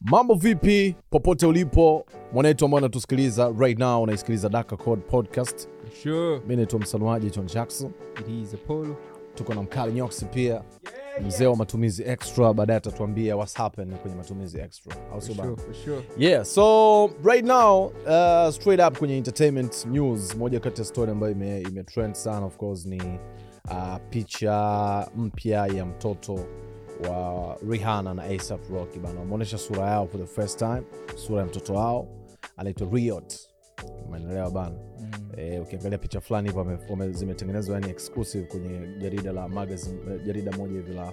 Mambo vipi, popote ulipo mwanetu ambao anatusikiliza right now, unaisikiliza Daka Code Podcast. Sure, Mi naitwa msanuaji John Jackson, it is Apollo. tuko na mkali nyoksi pia mzee wa matumizi extra, baadaye atatuambia what's happened kwenye matumizi extra, au sio bana? Sure, for sure. Yeah, so right now uh, straight up kwenye entertainment news, moja kati ya story ambayo ime, ime trend sana of course ni uh, picha mpya ya mtoto wa Rihanna na ASAP Rocky bana, wameonyesha sura yao for the first time, sura ya mtoto wao anaitwa Riot, umeelewa bana? Mm. Eh, ukiangalia picha fulani hivyo wame- wame- zimetengenezwa yani exclusive kwenye jarida la magazine, eh, jarida moja hivi la,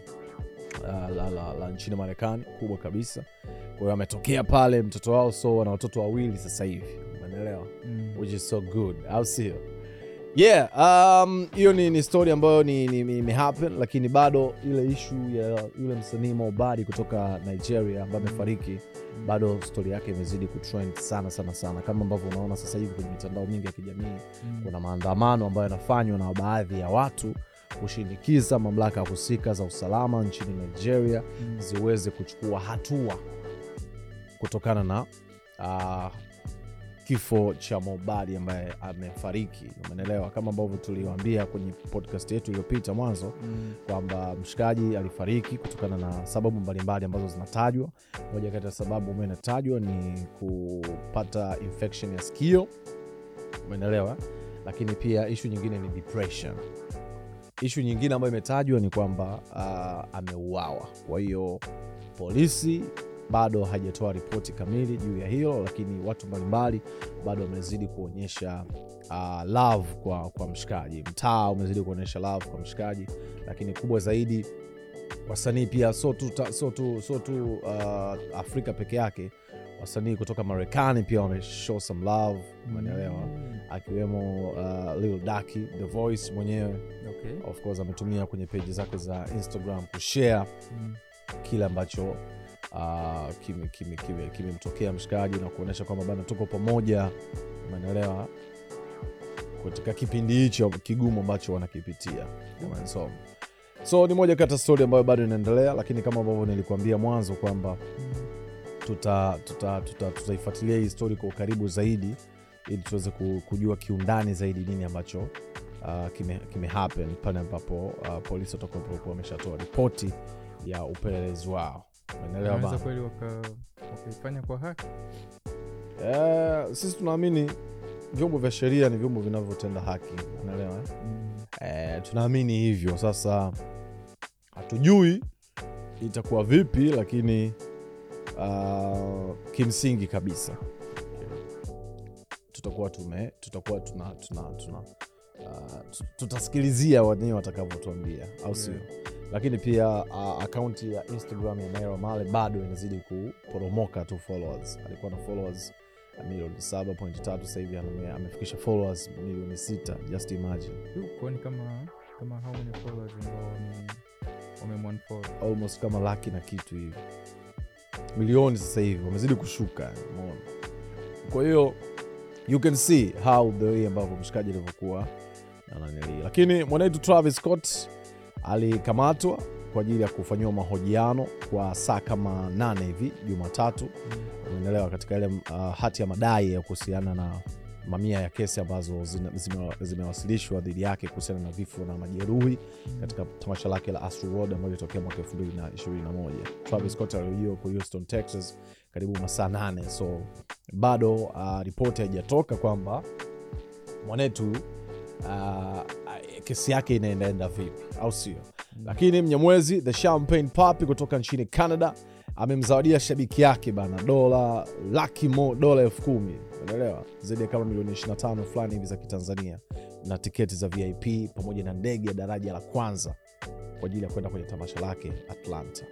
la, la, la, la nchini Marekani kubwa kabisa. Kwa hiyo ametokea pale mtoto wao, so wana watoto wawili sasa hivi, umeelewa, Mm. which is so good, au sio? Yeah, um, hiyo ni, ni story ambayo ni, ni, ni, ni happen, lakini bado ile issue ya yule msanii Maubadi kutoka Nigeria ambaye amefariki bado story yake imezidi kutrend sana sana sana, kama ambavyo unaona sasa hivi kwenye mitandao mingi ya kijamii Mm. kuna maandamano ambayo yanafanywa na baadhi ya watu kushinikiza mamlaka husika za usalama nchini Nigeria Mm. ziweze kuchukua hatua kutokana na uh, kifo cha Mobadi ambaye amefariki. Umeelewa, kama ambavyo tuliwaambia kwenye podcast yetu iliyopita mwanzo Mm. kwamba mshikaji alifariki kutokana na sababu mbalimbali ambazo zinatajwa. Moja kati ya sababu ambayo inatajwa ni kupata infection ya sikio, umeelewa, lakini pia ishu nyingine ni depression. Ishu nyingine ambayo imetajwa ni kwamba uh, ameuawa. Kwa hiyo polisi bado hajatoa ripoti kamili juu ya hilo, lakini watu mbalimbali bado wamezidi kuonyesha uh, love kwa, kwa mshikaji. Mtaa umezidi kuonyesha love kwa mshikaji, lakini kubwa zaidi wasanii pia so tu, ta- so tu, so tu uh, Afrika peke yake, wasanii kutoka Marekani pia wameshow some love, umeelewa, Mm. akiwemo uh, Lil Ducky The Voice mwenyewe Okay. of course ametumia kwenye peji zake za Instagram kushare Mm. kile ambacho ah, kime- kime- kime- kimemtokea mshikaji na kuonyesha kwamba bana tuko pamoja umeelewa katika kipindi hicho kigumu ambacho wanakipitia Jamani, so so ni moja kati ya stori ambayo bado inaendelea lakini kama ambavyo nilikuambia mwanzo kwamba mm. tutaifuatilia tuta, tuta, tutaifuatilia hii stori kwa ukaribu zaidi ili tuweze ku- kujua kiundani zaidi nini ambacho uh, kime, kime happen pale ambapo uh, polisi watakapokuwa wameshatoa ripoti ya upelelezi wao umeelewa Wanaweza bana kweli waka- wakaifanya kwa haki. eh, sisi tunaamini vyombo vya sheria ni vyombo vinavyotenda haki unaelewa eh? Mm. eh, tunaamini hivyo sasa hatujui itakuwa vipi lakini uh, kimsingi kabisa tutakuwa tume tutakuwa tuna, tuna, tuna uh, tu- tutasikilizia wenyewe watakavyotuambia au sio Yeah. lakini pia uh, akaunti ya instagram ya naira male bado inazidi kuporomoka tu followers alikuwa na followers uh, milioni 7.3 sasa hivi ame- amefikisha followers milioni 6 just imagine Yu, Kwani kama kama how many followers ambao wame wamemunfollow? almost kama laki na kitu hivi milioni sasa hivi wamezidi kushuka umeona kwa hiyo you can see how the way ambavyo mshikaji alivyokuwa ananili lakini mwanetu travis scott alikamatwa kwa ajili ya kufanyiwa mahojiano kwa saa kama nane hivi jumatatu umeelewa katika ile uh, hati ya madai ya kuhusiana na mamia ya kesi ambazo zina- zime- zimewasilishwa dhidi yake kuhusiana na vifo na majeruhi katika tamasha lake la Astro World ambayo ilitokea mwaka 2021. Travis Scott alihojiwa huko Houston, Texas karibu masaa nane, so bado uh, ripoti haijatoka kwamba mwanetu uh, kesi yake inaendaenda vipi, au sio? Lakini Mnyamwezi the Champagne Papi kutoka nchini Canada amemzawadia shabiki yake bana dola laki mo dola elfu kumi unaelewa, zaidi ya kama milioni 25 fulani hivi za Kitanzania na tiketi za VIP pamoja na ndege ya daraja la kwanza kwa ajili ya kwenda kwenye tamasha lake Atlanta.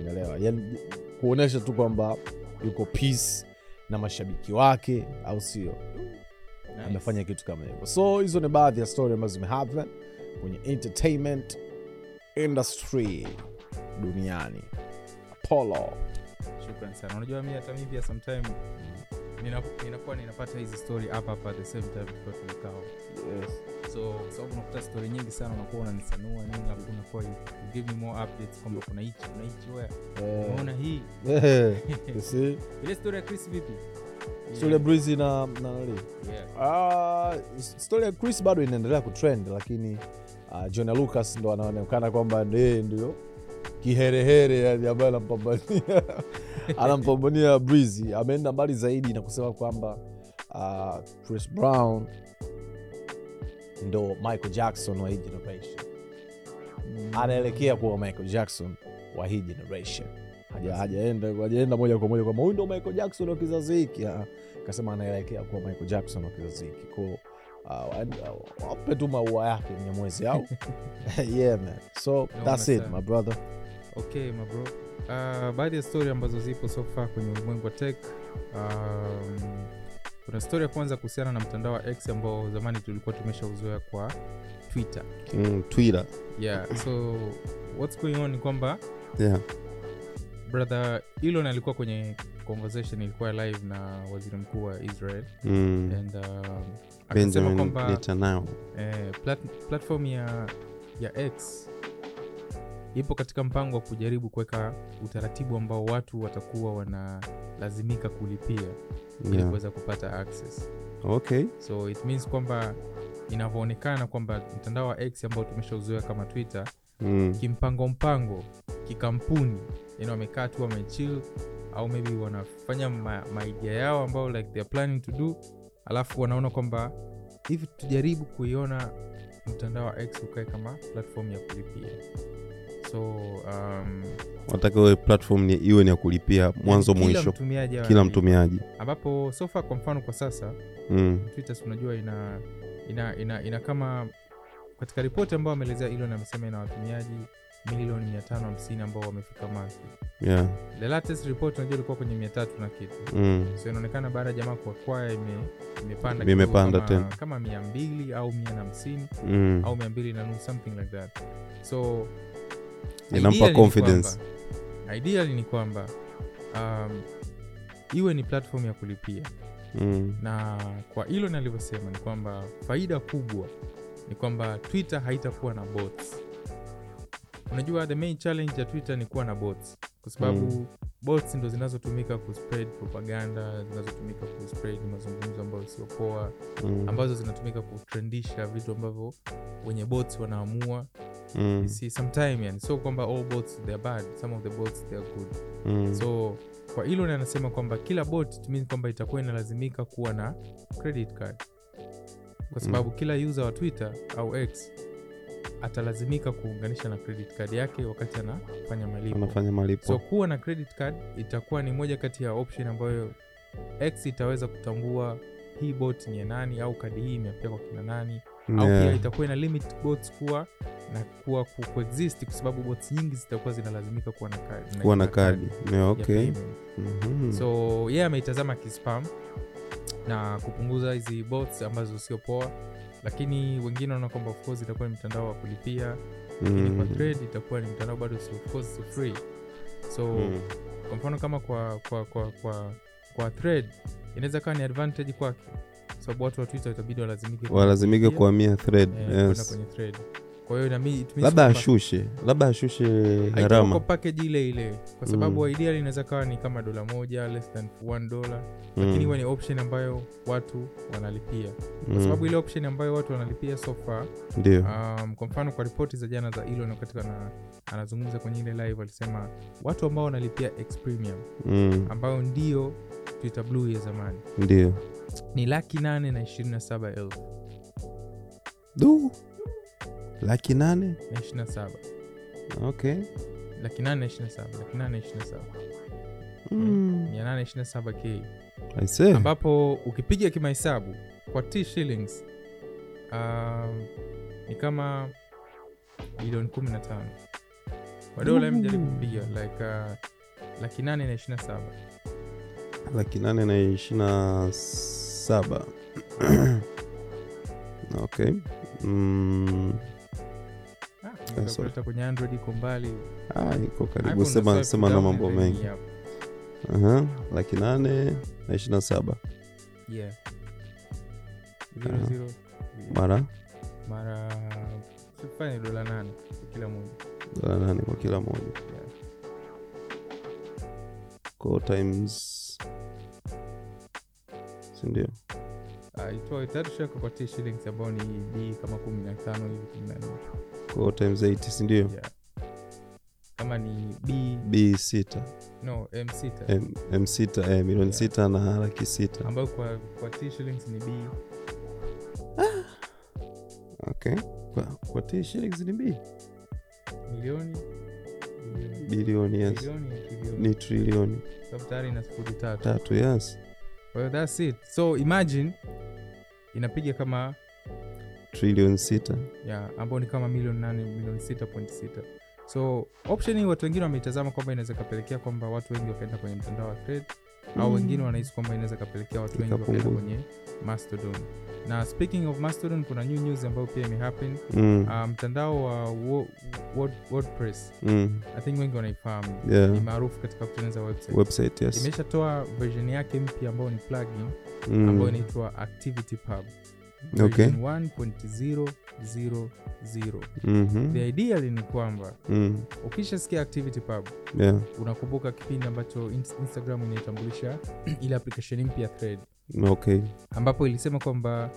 Umeelewa? Yani kuonyesha tu kwamba yuko peace na mashabiki wake, au sio? Nice. amefanya kitu kama hivyo so hizo ni baadhi ya story ambazo zimehappen kwenye entertainment industry duniani apollo Shukran sana. Unajua mimi hata mimi pia sometime Mm. ninapo- ninakuwa ninapata hizi story hapa hapa at the same time tukiwa tumekaa. so kwa sababu unakuta stori nyingi sana unakuwa unanisanua nini alafu unakuwa you, you give me more updates kwamba kuna hichi kuna hichi wea Eh, unaona hii ile story ya chris vipi stori ya brizi na na nali yeah. uh, stori ya chris bado inaendelea kutrend lakini uh, john lucas ndo anaonekana kwamba yeye ndio kiherehere yani ambaye anampambania anampambania brizi ameenda mbali zaidi na kusema kwamba uh, chris brown ndo michael jackson wa hii generation anaelekea kuwa michael jackson wa hii generation Haja- hajaenda hajaenda moja kwa moja kwamba huyu ndo michael jackson wa kizazi hiki Ah, akasema anaelekea kuwa michael jackson wa kizazi hiki ko uh, wape tu maua yake mnyamwezi au yeah man so Naona that's it sana. my brother okay mabro uh, baadhi ya story ambazo zipo so far kwenye ulimwengu wa tech um, kuna story ya kwanza kuhusiana na mtandao wa x ambao zamani tulikuwa tumeshauzoea kwa twitter Mm, twitter yeah so what's going on ni kwamba yeah. brother elon alikuwa kwenye conversation ilikuwa live na waziri mkuu wa israel mm. and um, akasema benjamin kwamba netanyahu eh, plat- platform ya, ya x ipo katika mpango wa kujaribu kuweka utaratibu ambao watu watakuwa wanalazimika kulipia ili yeah. kuweza kupata access okay so it means kwamba inavyoonekana kwamba mtandao wa x ambao tumeshauzoea kama twitter mm. kimpango mpango kikampuni yani wamekaa tu wamechill au maybe wanafanya ma- maidia yao ambao like they're planning to do alafu wanaona kwamba hivi tujaribu kuiona mtandao wa x ukae kama platform ya kulipia so um, wataka iwe platform ni iwe ni ya kulipia mwanzo kila mwisho mtumiaji awe kila analipa. mtumiaji ambapo sofa kwa mfano kwa sasa mm. twitter si unajua ina ina, ina, ina kama katika ripoti ambayo ameelezea ilon amesema ina watumiaji milioni 550 ambao wamefika monthly yeah. the latest report unajua ilikuwa kwenye mia tatu na kitu mm. so inaonekana baada ya jamaa kuakwaya ime, imepanda kidogo Imepanda kama, tena. kama mia mbili au mia na hamsini Mm. au mia mbili na nusu something like that so Inampa ideally ni confidence. kwamba- ideally ni kwamba um, iwe ni platform ya kulipia Mm. na kwa Elon alivyosema ni kwamba faida kubwa ni kwamba Twitter haitakuwa na bots. Unajua the main challenge ya Twitter ni kuwa na bots kwa sababu mm. bots ndo zinazotumika kuspread propaganda, zinazotumika kuspread mazungumzo ambayo sio poa, Mm. ambazo zinatumika kutrendisha vitu ambavyo wenye bots wanaamua Mm. si sometime, yani sio kwamba all bots they are bad, some of the bots they are good Mm. so kwa Elon anasema kwamba kila bot it means kwamba itakuwa inalazimika kuwa na credit card kwa sababu mm. kila user wa twitter au x atalazimika kuunganisha na credit card yake wakati anafanya malipo anafanya so malipo kuwa na credit card itakuwa ni moja kati ya option ambayo x itaweza kutambua hii bot ni ya nani au kadi hii imeapia kwa kina nani au pia yeah. itakuwa ina limit bots kuwa na kuwa ku, kuexist kwa sababu bots nyingi zitakuwa zinalazimika kuwa na kadi kuwa na na kadi yeah, ya okay payment Mhm. so yeye ameitazama kispam na kupunguza hizi bots ambazo sio poa lakini wengine wanaona kwamba of course itakuwa ni mtandao wa kulipia lakini kwa Mm. trade itakuwa ni mtandao bado si of course si free so Mm. kwa mfano kama kwa kwa kwa kwa, kwa thread inaweza kawa ni advantage kwake kwa sababu watu wa twitter itabidi walazimike kwenda walazimike kulipia, kuhamia thread eh, kwenda yes. kwenye thread kwa hiyo inami- it means labda kwamba- ashushe labda ashushe haitakuwa gharama package ile ile kwa sababu Mm. mm. ideal inaweza kawa ni kama dola moja less than one dollar lakini iwe Mm. ni option ambayo watu wanalipia kwa Mm. sababu ile option ambayo watu wanalipia so far ndio um, kwa mfano kwa ripoti za jana za Elon katika na anazungumza kwenye ile live alisema watu ambao wanalipia X premium Mm. ambayo ndio Twitter blue ya zamani ndio ni laki nane na ishirini na saba elfu du laki nane na ishirini na saba okay laki nane na ishirini na saba laki nane na ishirini na saba mm. mia nane na ishirini na saba k I see. ambapo ukipiga kimahesabu kwa t shillings um, ni kama bilioni 15 kwa dola mjaribu Mm. kupiga like uh, laki nane na ishirina saba laki nane na ishirini na saba okay mm. Ah, unaweza sorry. kuleta kwenye android iko mbali ah, iko iPhone karibu sema, unaswipe sema na down mambo and then mengi yap. Aha, laki nane na ishirini na saba Ah. Yeah. Zero, zero. mara mara sifanye dola nane kwa kila moja dola nane kwa kila moja yeah. ko times sindio Ah, itoa tatu shakapatia shillings ambao ni b kama kumi na tano hivi kumi na nne ko times 8 sindio yeah. kama ni b b sita no m sita m, m sita eh, milioni Yeah. sita na laki sita ambayo kwa, kwa t shillings ni b okay kwa, kwa t shillings ni b milioni bilioni- bilioni yes bilioni ya trilioni. ni trilioni Sababu tayari ina sifuri tatu tatu yes Kwa hiyo that's it so imagine inapiga kama trilioni sita ya ambao ni kama milioni nane milioni sita point sita so option hii watu wengine wameitazama kwamba inaweza ikapelekea kwamba watu wengi wakaenda kwenye mtandao wa thread au wengine wanahisi kwamba inaweza ikapelekea watu wengi wakaenda Mm. Ikapunguza. kwenye mastodon na speaking of mastodon kuna new news ambayo pia imehappen mm. uh, mtandao wa wo, word, wordpress Mm. i think wengi wanaifahamu ni yeah maarufu katika kutengeneza website website yes imeshatoa version yake mpya ambayo ni plugin ambayo mm. inaitwa activity pub okay version 1.000 the Mhm. ideally ni kwamba Mm. ukishasikia activity pub yeah unakumbuka kipindi ambacho Ins- instagram inaitambulisha ile application mpya thread okay ambapo ilisema kwamba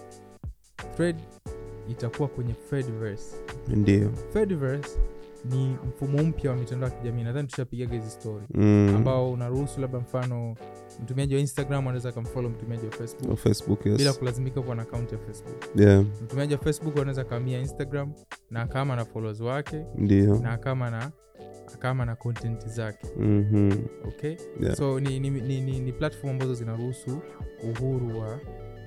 thread itakuwa kwenye threadverse ndio threadverse ni mfumo mpya wa mitandao ya kijamii nadhani tushapigaga hizi story mm. ambao unaruhusu labda mfano mtumiaji wa instagram anaweza akamfollow mtumiaji wa facebook Wa Oh, facebook yes bila kulazimika kuwa na akaunti ya facebook yeah mtumiaji wa facebook anaweza akaamia instagram na akaama na followers wake ndio na akaama na akaama na content zake Mhm. okay Yeah. so ni, ni, ni, ni, ni platform ambazo zinaruhusu uhuru wa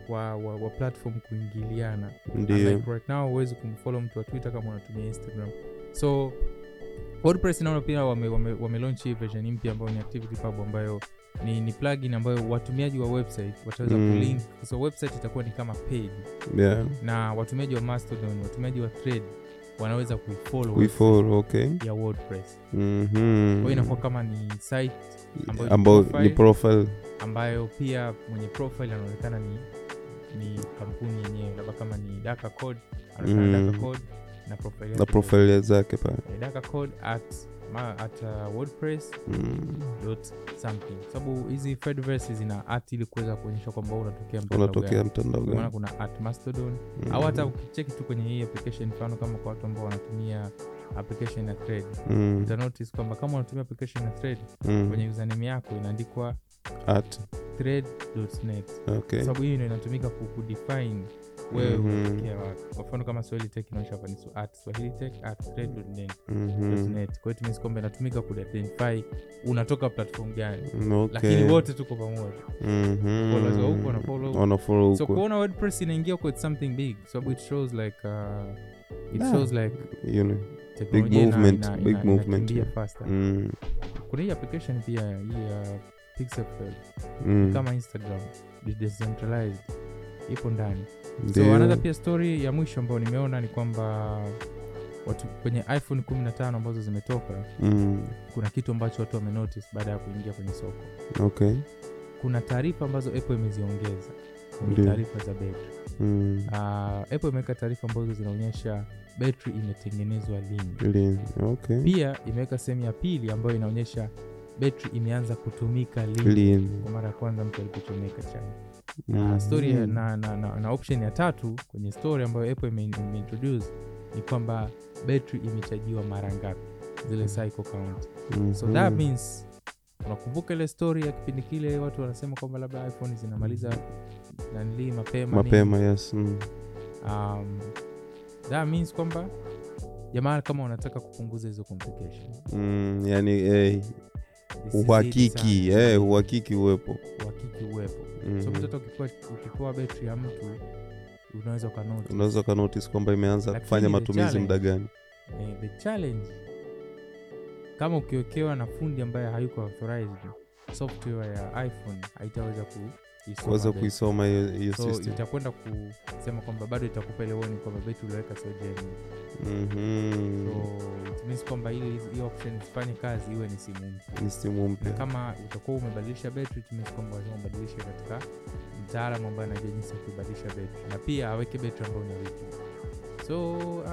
wa, wa, wa platform kuingiliana ndio Unlike right now huwezi kumfollow mtu wa twitter kama unatumia instagram so wordpress naona pia wame, wame, wame launch hii version mpya ambayo ni activity pub ambayo ni, ni plugin ambayo watumiaji wa website wataweza Mm. kulink so website itakuwa ni kama page yeah na watumiaji wa mastodon watumiaji wa thread wanaweza kuifollow we follow okay ya wordpress kwa Mhm. hiyo inakuwa kama ni site ambayo ni ambao ni profile. profile ambayo pia mwenye profile anaonekana ni, ni kampuni yenyewe labda kama ni daka code anaonekana Mm. Dhaka code na profile na yake. profile zake pale Eh, Dhaka code at, ma, at uh, wordpress mm. dot something sababu hizi fedverse zina at ili kuweza kuonyesha kwamba wewe unatokea mtandao unatokea gani. mtandao Ndio maana gani kuna at mastodon Mhm. au hata ukicheki tu kwenye hii application mfano kama kwa watu ambao wanatumia application ya thread Mm. utanotice kwamba kama unatumia application ya thread Mm. kwenye username yako inaandikwa at thread.net okay sababu hiyo ndio inatumika ku- kudefine wewe Mhm. unatokea wapi kwa mfano kama swahili tech inaonyesha hapa ni su- at swahili tech at thread.net. Mhm. .net. kwa hiyo tumesi kwamba inatumika kuidentify unatoka platform gani Mm, okay. lakini wote tuko pamoja Mhm. followers wa huku wana follow huku. Wanafollow so huku. kuona wordpress inaingia huko its something big sababu it shows like uh, it Yeah. shows like You know. teknolojia ina- movement, ina- big ina- movement, inakimbia yeah. faster. Mm. kuna hii application pia hii ya pixelfed Mm. kama instagram decentralized ipo ndani so Ndio. another pia story ya mwisho ambayo nimeona ni kwamba watu kwenye iphone 15 ambazo zimetoka Mm. kuna kitu ambacho watu wamenotice baada ya kuingia kwenye soko Okay. kuna taarifa ambazo apple imeziongeza kwenye Ndio. taarifa za betri Mm. uh, apple imeweka taarifa ambazo zinaonyesha betri imetengenezwa lini Really. Okay. pia imeweka sehemu ya pili ambayo inaonyesha betri imeanza kutumika lini Really. kwa mara ya kwanza mtu alipochomeka chani Mhm. na Ah, story ya- na, na, na, na option ya tatu kwenye story ambayo apple ime- imeintroduce ni kwamba betri imechajiwa mara ngapi zile cycle count so that Mhm. means unakumbuka ile story ya kipindi kile watu wanasema kwamba labda iphone zinamaliza nanili mapema nini? mapema yes Mm. um, that means kwamba jamaa kama unataka kupunguza hizo complication Mm, yani eh, This is it uhakiki sana. eh, uhakiki uwepo Yaani uhakiki uwepo so Mhm. mtoto ukikuwa ukipewa betri ya mtu unaweza ukanoti unaweza ukanotice kwamba imeanza Lakini kufanya the matumizi challenge- muda gani eh, the challenge kama ukiwekewa na fundi ambaye hayuko authorized software ya iphone haitaweza kuweza kuisoma kuisoma hiyo hiyo so system itakwenda kusema kwamba bado itakupa ile warning kwamba beti ulioweka sio genuine. Mhm. so it means kwamba ili hiyo option isifanye kazi iwe ni simu mpya Ni simu na mpya kama utakuwa umebadilisha betri it means kwamba lazima ubadilishe katika mtaalamu ambaye anajua jinsi ya kuibadilisha betri na pia aweke betri ambayo ni original so uh,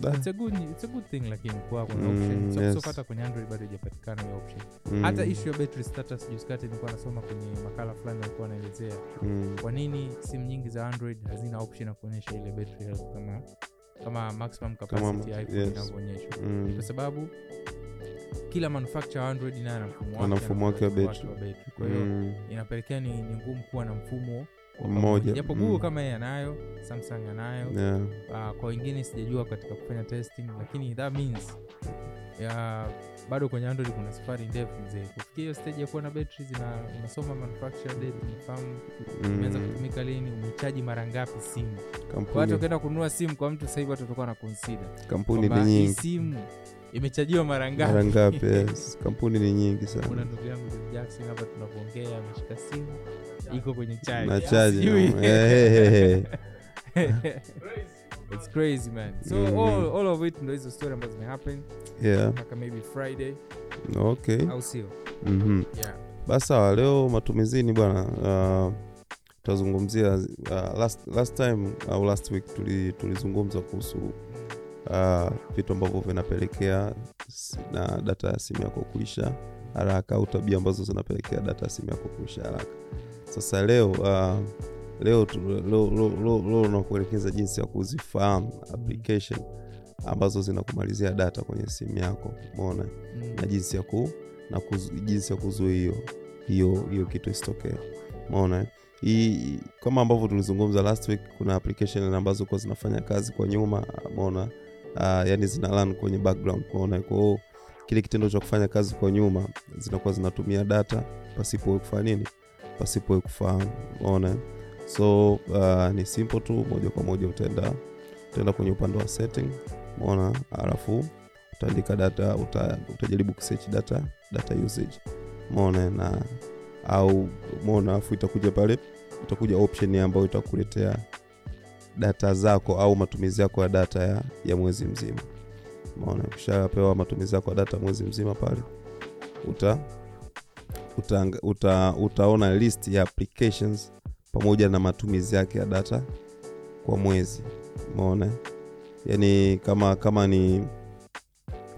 Da. it's, a good, it's a good thing lakini kuwa kuna Mm, option so, yes. so hata kwenye android bado ijapatikana hiyo option Mm, hata issue ya battery status juzi kati nilikuwa nasoma kwenye makala fulani walikuwa wanaelezea mm, kwa nini simu nyingi za android hazina option ya kuonyesha ile battery health kama kama maximum capacity ya iphone yes. inavyoonyeshwa mm, kwa sababu kila manufacture wa android naye ana mfumo Ana wake, mfumo wake wa utaratibu wake wa battery. kwa hiyo mm, inapelekea ni, ni ngumu kuwa na mfumo wa Mmoja, pamoja. japo mm. google kama yeye anayo samsung anayo yeah, Ah, kwa wengine sijajua katika kufanya testing lakini that means ya, bado kwenye android kuna safari ndefu mzee kufikia hiyo stage ya kuwa na betri zina unasoma manufacture date unafahamu imeanza mm, kutumika lini umechaji mara ngapi simu kwa hata kampuni, ukienda kununua simu kwa mtu sahivi watu watakuwa na consider kampuni kwamba ni hii nyingi simu imechajiwa mara mara ngapi ngapi eh. yes. kampuni ni nyingi kuna sana ndugu yangu Jim jackson hapa tunavyoongea ameshika simu iko kwenye chaji na chaji Sijui. no? Eh, eh, eh, eh. It's crazy man so Mm. all, all of it ndo hizo story ambazo zimehappen yeah mpaka maybe friday okay au sio Mhm. yeah. basi sawa leo matumizini bwana uh, tutazungumzia uh, last, last time au last week tuli- tulizungumza kuhusu uh, vitu ambavyo vinapelekea si- na data ya simu yako kuisha haraka au tabia ambazo zinapelekea data ya simu yako kuisha haraka sasa leo uh, leo tu- leo- leo- leo- leo nakuelekeza jinsi ya kuzifahamu application ambazo zinakumalizia data kwenye simu yako umeona Mm. na jinsi ya ku na kuzu, jinsi ya kuzuia hiyo hiyo hiyo kitu isitokee maona hii kama ambavyo tulizungumza last week kuna application ambazo kuwa zinafanya kazi kwa nyuma maona uh, yani zina run kwenye background maona kwao kile kitendo cha kufanya kazi kwa nyuma zinakuwa zinatumia data pasipo wewe kufanya nini pasipo wewe kufahamu maona so uh, ni simple tu moja kwa moja utaenda utaenda kwenye upande wa setting maona alafu utaandika data uta, utajaribu kusearch data data usage mona na au mona afu itakuja pale itakuja option ambayo itakuletea data zako au matumizi yako ya data ya, ya mwezi mzima mona ukishapewa matumizi yako ya data mwezi mzima pale uta, uta, uta utaona list ya applications pamoja na matumizi yake ya data kwa mwezi mona yani kama kama ni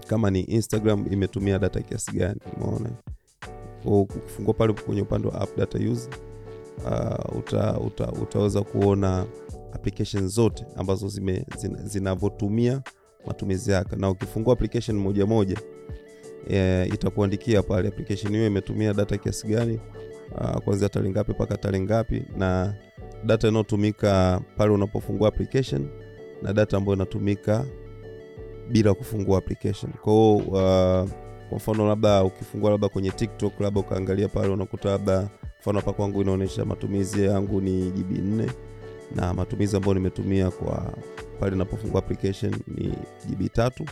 kama ni instagram imetumia data kiasi gani umeona Kwa ukifungua pale kwenye upande wa app data use uh, uta, uta, utaweza kuona application zote ambazo zime- zina- zinavyotumia matumizi yake na ukifungua application moja moja e, itakuandikia pale application hiyo imetumia data kiasi gani uh, kuanzia tarehe ngapi mpaka tarehe ngapi na data inayotumika pale unapofungua application na data ambayo inatumika bila kufungua application kwa hiyo uh, kwa mfano labda ukifungua labda kwenye tiktok labda ukaangalia pale unakuta labda mfano hapa kwangu inaonyesha matumizi yangu ni gb 4 na matumizi ambayo nimetumia kwa pale inapofungua application ni gb tatu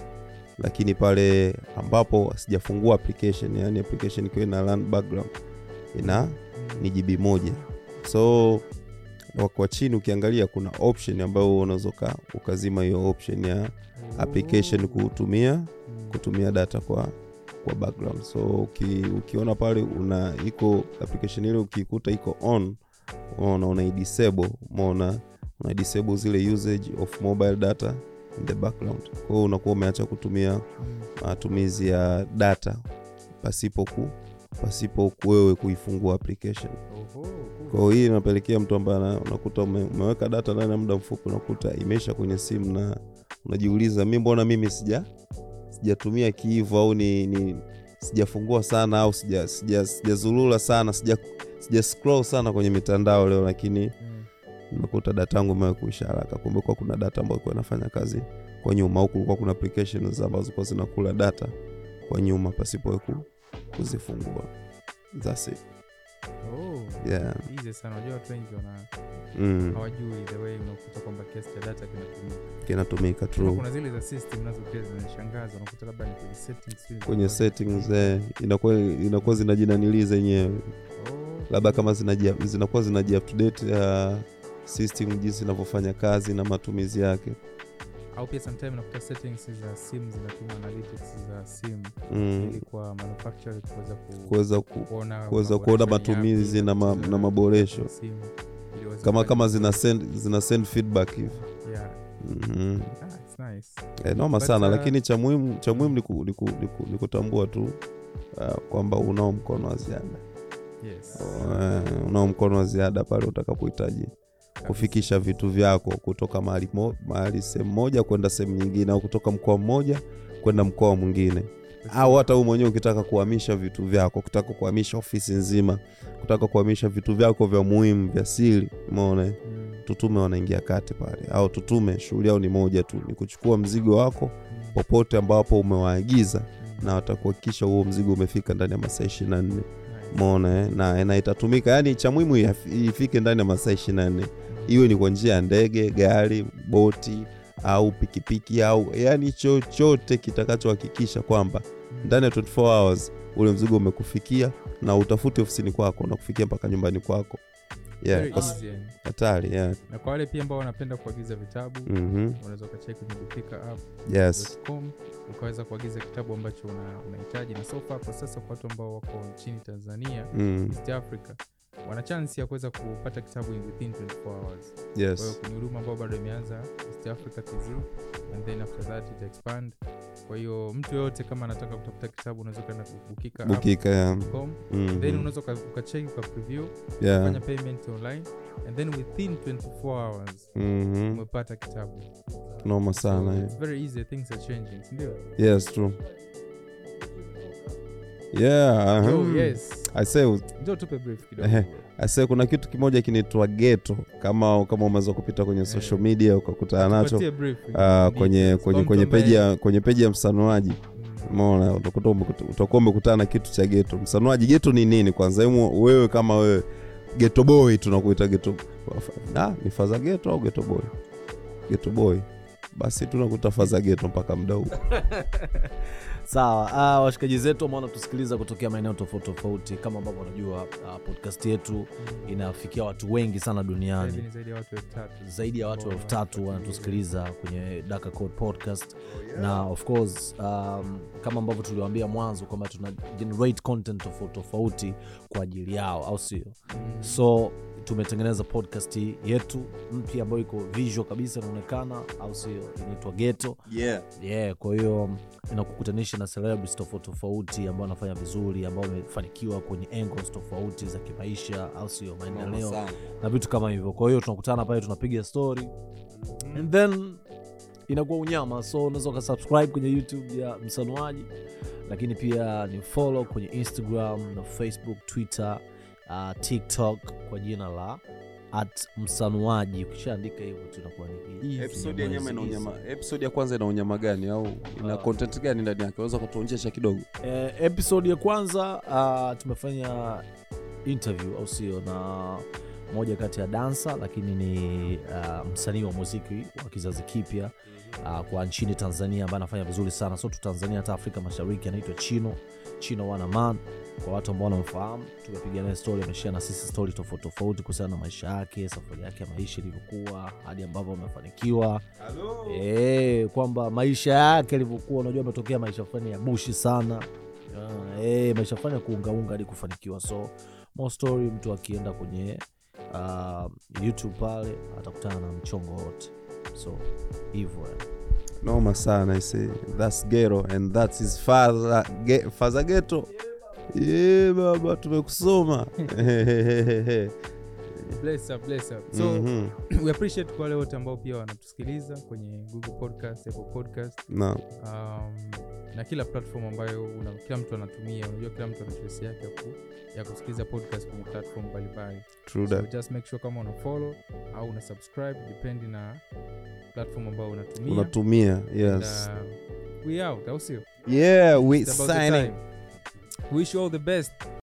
lakini pale ambapo sijafungua application yani application ikiwa ina run background ina ni gb moja so na kwa chini ukiangalia kuna option ambayo unaweza uka- ukazima hiyo option ya application kutumia Mm. kutumia data kwa kwa background so uki, ukiona pale una iko application ile ukikuta iko on unaona una disable umeona una disable zile usage of mobile data in the background kwa hiyo unakuwa umeacha kutumia Mm. matumizi ya data pasipo ku pasipo wewe kuifungua application Oho, cool. kwa hiyo hii inapelekea mtu ambaye ana- unakuta ume, umeweka data ndani ya muda mfupi unakuta imeisha kwenye simu na unajiuliza mi mbona mimi sija sijatumia kiivo au ni, ni sijafungua sana au sijazulula sija, sijazurura sana sija, sija scroll sana kwenye mitandao leo lakini Mm. nimekuta data yangu imewe kuisha haraka kumbe kuwa kuna data ambayo ilikuwa inafanya kazi kwa nyuma au kulikuwa kuna applications ambazo zilikuwa zinakula data kwa nyuma pasipo wewe ku- kuzifungua That's it. Oh, Yeah. easy sana unajua watu wengi wana Mm. hawajui the way unakuta kwamba kiasi cha data kinatumika kinatumika Kuna- true kuna zile za system nazo pia zinashangaza unakuta labda ni kwenye settings tu kwenye zinakuwa- settings eh, inakuwa inakuwa zinajinanilii zenyewe Oh, labda kama zinaji- zinakuwa zinaji update uh, system jinsi inavyofanya kazi na matumizi yake au pia sometime unakuta settings za simu zinatuma analytics za simu ili mm. kwa manufacturer kuweza ku- kuweza ku, kuona kuweza kuona maboresho ni yapi, matumizi na, ma, za- na maboresho simu, ili waweze kama kufanya- kama zina send, zina send feedback hivi Yeah. Mhm. Ah, it's nice. Eh, noma But, sana uh, lakini cha muhimu cha muhimu ni ku- ni ku- ni ku- ni kutambua tu uh, kwamba unao mkono wa ziada Yes. Eh, unao mkono wa ziada pale utakapohitaji kufikisha vitu vyako kutoka mahali mo- mahali sehemu moja kwenda sehemu nyingine au kutoka mkoa mmoja kwenda mkoa mwingine au hata huu mwenyewe ukitaka kuhamisha vitu vyako ukitaka kuhamisha ofisi nzima kutaka kuhamisha vitu vyako vya muhimu vya siri umeona eh? Mm, tutume wanaingia kati pale au tutume shughuli yao ni moja tu ni kuchukua mzigo wako mm, popote ambapo umewaagiza mm. na watakuhakikisha huo mzigo umefika ndani ya masaa ishirini na nne Nice. mona eh? na, na itatumika yani cha muhimu yaf- ifike ndani ya masaa ishirini na nne mm, iwe ni kwa njia ya ndege gari boti au pikipiki au yani chochote kitakachohakikisha kwamba mm. ndani ya 24 hours ule mzigo umekufikia na utafuti ofisini kwako na kufikia mpaka nyumbani kwako yeah, Very kwa easy, yani. hatari yeah. na kwa wale pia ambao wanapenda kuagiza vitabu mm unaweza ukacheki kwenye Bukika app yes com ukaweza kuagiza kitabu ambacho una- unahitaji na sofa hapo sasa kwa watu ambao wako nchini tanzania mm. east africa wana chansi ya kuweza kupata kitabu in within 24 hours kwa hiyo yes ni huduma ambayo bado imeanza east africa tz and then after that it expand kwa hiyo mtu yoyote kama anataka kutafuta kitabu unaweza ukaenda kubukika bukika yeah. Mhm. then unaweza uka- ukacheki ukapreview yeah. fanya payment online and then within 24 hours Mhm. umepata kitabu noma sana So eh. it's very easy things are changing sindio yes true yeah Yo, mhm. Oh, yes I say, njo tupe brief kidogo Ehe. I say kuna kitu kimoja kinaitwa geto kama kama umeweza kupita kwenye social media ukakutana nacho Tupatie brief, ah, ni- kwenye ni- kwenye mtu kwenye ambaye- peji ya kwenye peji ya msanuaji Mm, umeona utakuta umekuta- utakuwa umekutana na kitu cha geto msanuaji geto ni nini kwanza hemu wewe kama wewe geto boy tunakuita geto ah, ni faza geto au geto boy geto boy basi tunakuta faza geto mpaka muda huu sawa ah, washikaji zetu ambao wanatusikiliza kutokea maeneo tofauti tofauti kama ambavyo unajua ah, podcast yetu mm, inafikia watu wengi sana zaidi duniani ni zaidi ya watu elfu tatu zaidi ya watu ambao elfu tatu wanafuatilia. wanatusikiliza kwenye Dhaka Code podcast na of course um, kama ambavyo tuliwaambia mwanzo kwamba tuna generate content tofauti tofauti kwa ajili yao au sio Mm, so tumetengeneza podcast yetu mpya ambayo iko visual kabisa inaonekana au sio inaitwa geto yeah, kwa hiyo inakukutanisha na celebrities tofauti tofauti ambao wanafanya vizuri ambao wamefanikiwa kwenye angles tofauti za kimaisha au sio maendeleo na vitu kama hivyo kwa hiyo tunakutana pale tunapiga story and then inakuwa unyama so unaweza ukasubscribe kwenye youtube ya msanuaji lakini pia ni follow kwenye instagram na facebook twitter uh, tiktok kwa jina la at msanuaji ukishaandika hivyo tunakuwa ni easy, episode ya nyama nyama ina easy. unyama episode ya kwanza ina unyama gani au ina Ah. content gani ndani yake unaweza kutuonyesha kidogo eh, episode ya kwanza uh, tumefanya interview au sio na moja kati ya dansa lakini ni uh, msanii wa muziki wa kizazi kipya uh, kwa nchini tanzania ambaye anafanya vizuri sana so tu tanzania hata afrika mashariki anaitwa chino chino wanaman kwa watu ambao wanamfahamu tumepiga naye stori ameshia na sisi stori tofauti tofauti kuhusiana na maisha yake safari yake ya maisha ilivyokuwa hadi ambavyo amefanikiwa Eh, kwamba maisha yake alivyokuwa unajua ametokea maisha fulani ya bushi sana Ah, eh, maisha fulani ya kuungaunga hadi kufanikiwa so more story mtu akienda kwenye uh, youtube pale atakutana na mchongo wote so hivyo noma sana I say that's gero and that's his father ge, father geto yeah, baba tumekusoma bless up, bless up. so Mhm. we appreciate kwa wale wote ambao pia wanatusikiliza kwenye google podcast apple podcast na um, na kila platform ambayo una, kila mtu anatumia unajua kila mtu ana choice yake ya, ku, ya kusikiliza podcast kwenye platform mbalimbali true so that just make sure kama una follow au una subscribe dependi na platform ambayo unatumia unatumia yes And, uh, we out au sio yeah we It's about the signing time. wish you all the best